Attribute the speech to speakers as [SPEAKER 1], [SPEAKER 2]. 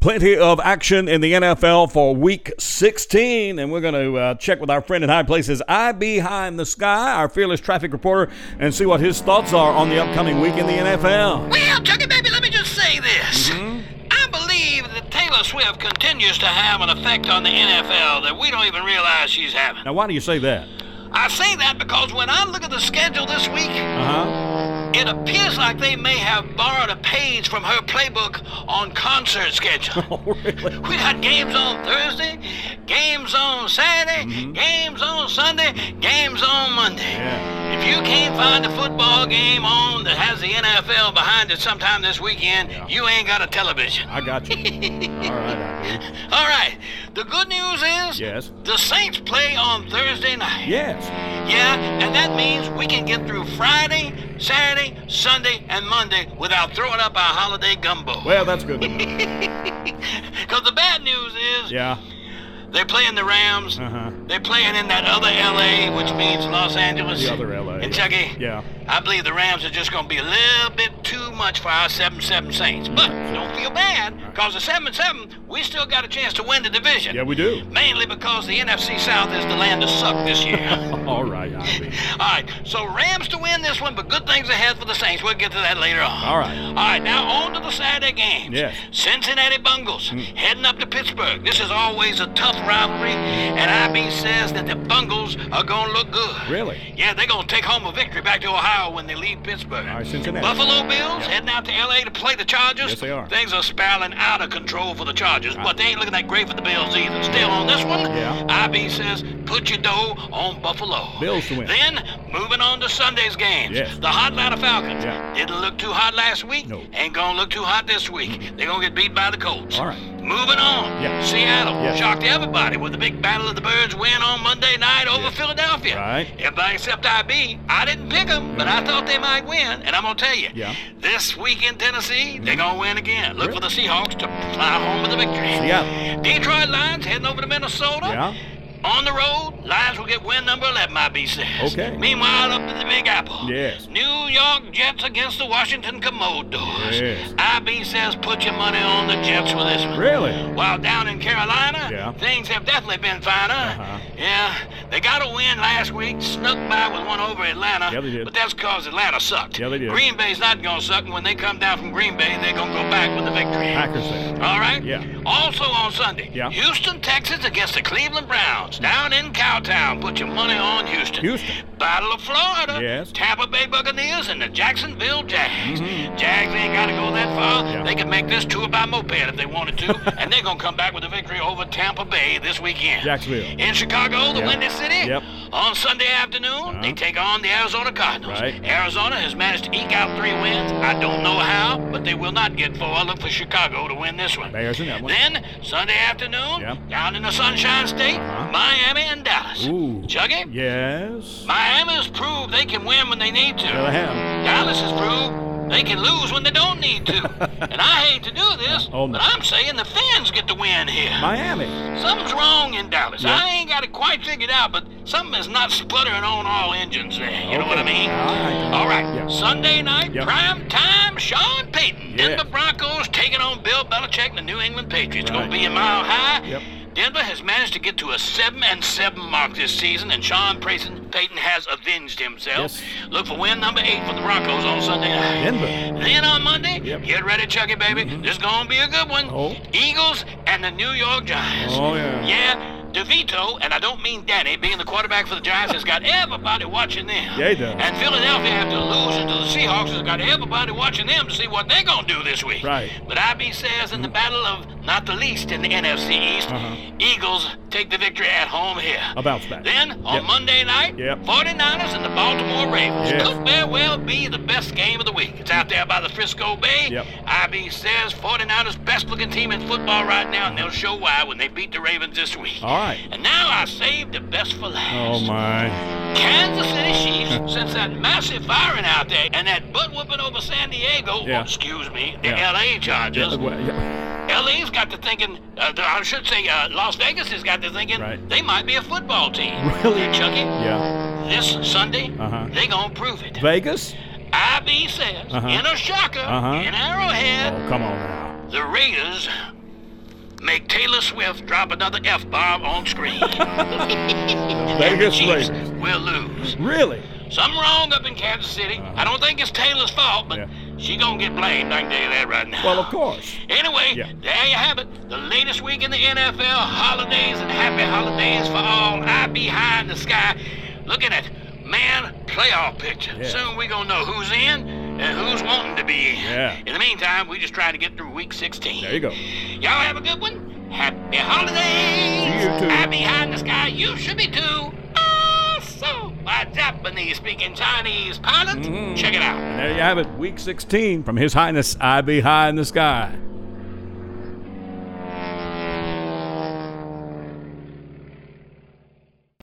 [SPEAKER 1] Plenty of action in the NFL for Week 16, and we're going to uh, check with our friend in high places, IB High in the Sky, our fearless traffic reporter, and see what his thoughts are on the upcoming week in the NFL.
[SPEAKER 2] Well, Chucky Baby, let me just say this. I believe that Taylor Swift continues to have an effect on the NFL that we don't even realize she's having.
[SPEAKER 1] Now, why do you say that?
[SPEAKER 2] I say that because when I look at the schedule this week,
[SPEAKER 1] Uh huh.
[SPEAKER 2] it appears like they may have borrowed a page from her playbook on concert schedule.
[SPEAKER 1] Oh, really?
[SPEAKER 2] We got games on Thursday, games on Saturday,
[SPEAKER 1] Mm-hmm.
[SPEAKER 2] games on Sunday, games on Monday.
[SPEAKER 1] Yeah.
[SPEAKER 2] If you can't find a football game on that has the NFL behind it sometime this weekend,
[SPEAKER 1] Yeah.
[SPEAKER 2] you ain't got a television.
[SPEAKER 1] I got you. All right, IB.
[SPEAKER 2] All right, the good news is
[SPEAKER 1] Yes.
[SPEAKER 2] the Saints play on Thursday night.
[SPEAKER 1] Yes.
[SPEAKER 2] Yeah, and that means we can get through Friday, Saturday, Sunday, and Monday without throwing up our holiday gumbo.
[SPEAKER 1] Well, that's good. to know.
[SPEAKER 2] Because the bad news is
[SPEAKER 1] Yeah.
[SPEAKER 2] they're playing the Rams.
[SPEAKER 1] Uh huh.
[SPEAKER 2] They're playing in that other LA, which means Los Angeles.
[SPEAKER 1] The other LA.
[SPEAKER 2] And Chucky,
[SPEAKER 1] Yeah.
[SPEAKER 2] I believe the Rams are just going to be a little bit too much for our 7 7 Saints. But don't feel bad, because the 7 7, we still got a chance to win the division.
[SPEAKER 1] Yeah, we do.
[SPEAKER 2] Mainly because the NFC South is the land of suck this year.
[SPEAKER 1] All right, IB.
[SPEAKER 2] All right, so Rams to win this one, but good things ahead for the Saints. We'll get to that later on.
[SPEAKER 1] All right.
[SPEAKER 2] All right, now on to the Saturday games.
[SPEAKER 1] Yes. Hmm.
[SPEAKER 2] Cincinnati Bungles heading up to Pittsburgh. This is always a tough rivalry, and IB says that the Bungles are going to look good.
[SPEAKER 1] Really?
[SPEAKER 2] Yeah, they're going to take home a victory back to Ohio when they leave Pittsburgh.
[SPEAKER 1] All right, Cincinnati.
[SPEAKER 2] Buffalo Bills heading out to L.A. to play the Chargers.
[SPEAKER 1] Yes, they are.
[SPEAKER 2] Things are spiraling out of control for the Chargers, but they ain't looking that great for the Bills either. Still on this one,
[SPEAKER 1] Yeah.
[SPEAKER 2] IB says put your dough on Buffalo.
[SPEAKER 1] Bills to win.
[SPEAKER 2] Then, moving on to Sunday's games.
[SPEAKER 1] Yes.
[SPEAKER 2] The hot Atlanta Falcons.
[SPEAKER 1] Yeah.
[SPEAKER 2] Didn't look too hot last week.
[SPEAKER 1] No. Mm-hmm.
[SPEAKER 2] Ain't gonna look too hot this week. They're gonna get beat by the Colts.
[SPEAKER 1] All right.
[SPEAKER 2] Moving on.
[SPEAKER 1] Yeah.
[SPEAKER 2] Seattle.
[SPEAKER 1] Yeah.
[SPEAKER 2] Shocked everybody with the big Battle of the Birds win on Monday night over Philadelphia.
[SPEAKER 1] Right.
[SPEAKER 2] Everybody except IB. I didn't pick them, but I thought they might win. And I'm gonna tell you,
[SPEAKER 1] Yeah.
[SPEAKER 2] this week in Tennessee, they're gonna win again. Look for the Seahawks to fly home with a victory.
[SPEAKER 1] Seattle.
[SPEAKER 2] Detroit Lions heading over to Minnesota.
[SPEAKER 1] Yeah.
[SPEAKER 2] On the road, Lions will get win number 11, my B says.
[SPEAKER 1] Okay.
[SPEAKER 2] Meanwhile, up in the Big Apple.
[SPEAKER 1] Yes.
[SPEAKER 2] New York Jets against the Washington Commodores.
[SPEAKER 1] Yes.
[SPEAKER 2] IB says put your money on the Jets with this one.
[SPEAKER 1] Really?
[SPEAKER 2] While down in Carolina,
[SPEAKER 1] Yeah.
[SPEAKER 2] things have definitely been finer.
[SPEAKER 1] Uh-huh.
[SPEAKER 2] Yeah, they got a win last week, snuck by with one over Atlanta.
[SPEAKER 1] Yeah, they did.
[SPEAKER 2] But that's because Atlanta sucked.
[SPEAKER 1] Yeah, they did.
[SPEAKER 2] Green Bay's not going to suck, and when they come down from Green Bay, they're going to go back with the victory.
[SPEAKER 1] Packers there.
[SPEAKER 2] All right?
[SPEAKER 1] Yeah.
[SPEAKER 2] Also on Sunday,
[SPEAKER 1] Yeah.
[SPEAKER 2] Houston, Texas against the Cleveland Browns. Down in Cowtown, put your money on Houston.
[SPEAKER 1] Houston.
[SPEAKER 2] Battle of Florida.
[SPEAKER 1] Yes.
[SPEAKER 2] Tampa Bay Buccaneers and the Jacksonville Jags. Jags ain't got to go that far.
[SPEAKER 1] Mm-hmm. Yeah.
[SPEAKER 2] They could make this tour by moped if they wanted to, and they're going to come back with a victory over Tampa Bay this weekend.
[SPEAKER 1] Jacksonville.
[SPEAKER 2] In Chicago, the
[SPEAKER 1] Yeah.
[SPEAKER 2] Windy City,
[SPEAKER 1] Yep. Uh-huh.
[SPEAKER 2] on Sunday afternoon, they take on the Arizona Cardinals.
[SPEAKER 1] Right.
[SPEAKER 2] Arizona has managed to eke out three wins. I don't know how, but they will not get four. I look for Chicago to win this one.
[SPEAKER 1] Bears in that one.
[SPEAKER 2] Then, Sunday afternoon,
[SPEAKER 1] Yeah.
[SPEAKER 2] down in the Sunshine State,
[SPEAKER 1] Uh-huh.
[SPEAKER 2] Miami and Dallas.
[SPEAKER 1] Ooh.
[SPEAKER 2] Chuggy,
[SPEAKER 1] Yes.
[SPEAKER 2] Miami has proved they can win when they need to.
[SPEAKER 1] Yeah, they have.
[SPEAKER 2] Dallas has proved they can lose when they don't need to. and I hate to do this,
[SPEAKER 1] Oh, no.
[SPEAKER 2] but I'm saying the fans get the win here.
[SPEAKER 1] Miami.
[SPEAKER 2] Something's wrong in Dallas.
[SPEAKER 1] Yeah.
[SPEAKER 2] I ain't got it quite figured out, but something is not sputtering on all engines there. You know what I mean?
[SPEAKER 1] All right.
[SPEAKER 2] All right.
[SPEAKER 1] Yeah.
[SPEAKER 2] Sunday night,
[SPEAKER 1] Yeah.
[SPEAKER 2] prime time, Sean Payton.
[SPEAKER 1] Yeah.
[SPEAKER 2] Denver Broncos taking on Bill Belichick and the New England Patriots.
[SPEAKER 1] Right.
[SPEAKER 2] Gonna be a mile high.
[SPEAKER 1] Yep.
[SPEAKER 2] Denver has managed to get to a seven and seven mark this season, and Sean Payton Payton has avenged himself.
[SPEAKER 1] Yes.
[SPEAKER 2] Look for win number eight for the Broncos on Sunday night.
[SPEAKER 1] Denver.
[SPEAKER 2] Then on Monday,
[SPEAKER 1] Yep. Mm-hmm.
[SPEAKER 2] get ready, Chucky baby. This is gonna be a good one.
[SPEAKER 1] Oh.
[SPEAKER 2] Eagles and the New York Giants.
[SPEAKER 1] Oh, yeah.
[SPEAKER 2] Yeah, DeVito, and I don't mean Danny, being the quarterback for the Giants, has got everybody watching them.
[SPEAKER 1] Yeah, he does.
[SPEAKER 2] And Philadelphia, after losing to the Seahawks, has got everybody watching them to see what they're gonna do this week.
[SPEAKER 1] Right.
[SPEAKER 2] But IB says in the battle of not the least in the NFC East,
[SPEAKER 1] Uh-huh.
[SPEAKER 2] Eagles take the victory at home here.
[SPEAKER 1] A bounce back.
[SPEAKER 2] Then on
[SPEAKER 1] Yep.
[SPEAKER 2] Monday night,
[SPEAKER 1] Yep.
[SPEAKER 2] 49ers and the Baltimore Ravens
[SPEAKER 1] Yes.
[SPEAKER 2] could very well be the best game of the week. It's out there by the Frisco Bay.
[SPEAKER 1] Yep.
[SPEAKER 2] IB says 49ers best looking team in football right now, and they'll show why when they beat the Ravens this week.
[SPEAKER 1] All right.
[SPEAKER 2] And now I saved the best for
[SPEAKER 1] Oh
[SPEAKER 2] last.
[SPEAKER 1] my.
[SPEAKER 2] Kansas City
[SPEAKER 1] Hmm.
[SPEAKER 2] Chiefs, since that massive firing out there and that butt whooping over San Diego,
[SPEAKER 1] Yeah.
[SPEAKER 2] oh, excuse me, the
[SPEAKER 1] Yeah.
[SPEAKER 2] LA Chargers,
[SPEAKER 1] Yeah, well, yeah.
[SPEAKER 2] LA's got to thinking, uh, the- I should say uh, Las Vegas has got to thinking
[SPEAKER 1] Right.
[SPEAKER 2] they might be a football team.
[SPEAKER 1] Really?
[SPEAKER 2] Chucky?
[SPEAKER 1] Yeah.
[SPEAKER 2] This Sunday,
[SPEAKER 1] Uh-huh.
[SPEAKER 2] they gonna prove it.
[SPEAKER 1] Vegas.
[SPEAKER 2] IB says,
[SPEAKER 1] Uh-huh.
[SPEAKER 2] in a shocker,
[SPEAKER 1] Uh-huh.
[SPEAKER 2] in Arrowhead,
[SPEAKER 1] Oh, come on now.
[SPEAKER 2] the Raiders make Taylor Swift drop another F bomb on screen. and the
[SPEAKER 1] Vegas
[SPEAKER 2] Chiefs
[SPEAKER 1] Raiders.
[SPEAKER 2] will lose.
[SPEAKER 1] Really?
[SPEAKER 2] Something wrong up in Kansas City. I don't think it's Taylor's fault, but
[SPEAKER 1] Uh-huh. Yeah.
[SPEAKER 2] she gonna get blamed. I can tell you that right now.
[SPEAKER 1] Well, of course.
[SPEAKER 2] Anyway,
[SPEAKER 1] Yeah.
[SPEAKER 2] there you have it. The latest week in the NFL. Holidays and happy holidays for all. I behind the sky. Looking at man playoff picture.
[SPEAKER 1] Yeah.
[SPEAKER 2] Soon we gonna know who's in and who's wanting to be in.
[SPEAKER 1] Yeah.
[SPEAKER 2] In the meantime, we just trying to get through week 16.
[SPEAKER 1] There you go.
[SPEAKER 2] Y'all have a good one. Happy holidays.
[SPEAKER 1] You too.
[SPEAKER 2] I behind the sky. You should be too. Also, my Japanese speaking
[SPEAKER 1] Mm-hmm.
[SPEAKER 2] Chinese pilot. Check it out.
[SPEAKER 1] There you have it. Week 16 from His Highness I Be High in the Sky.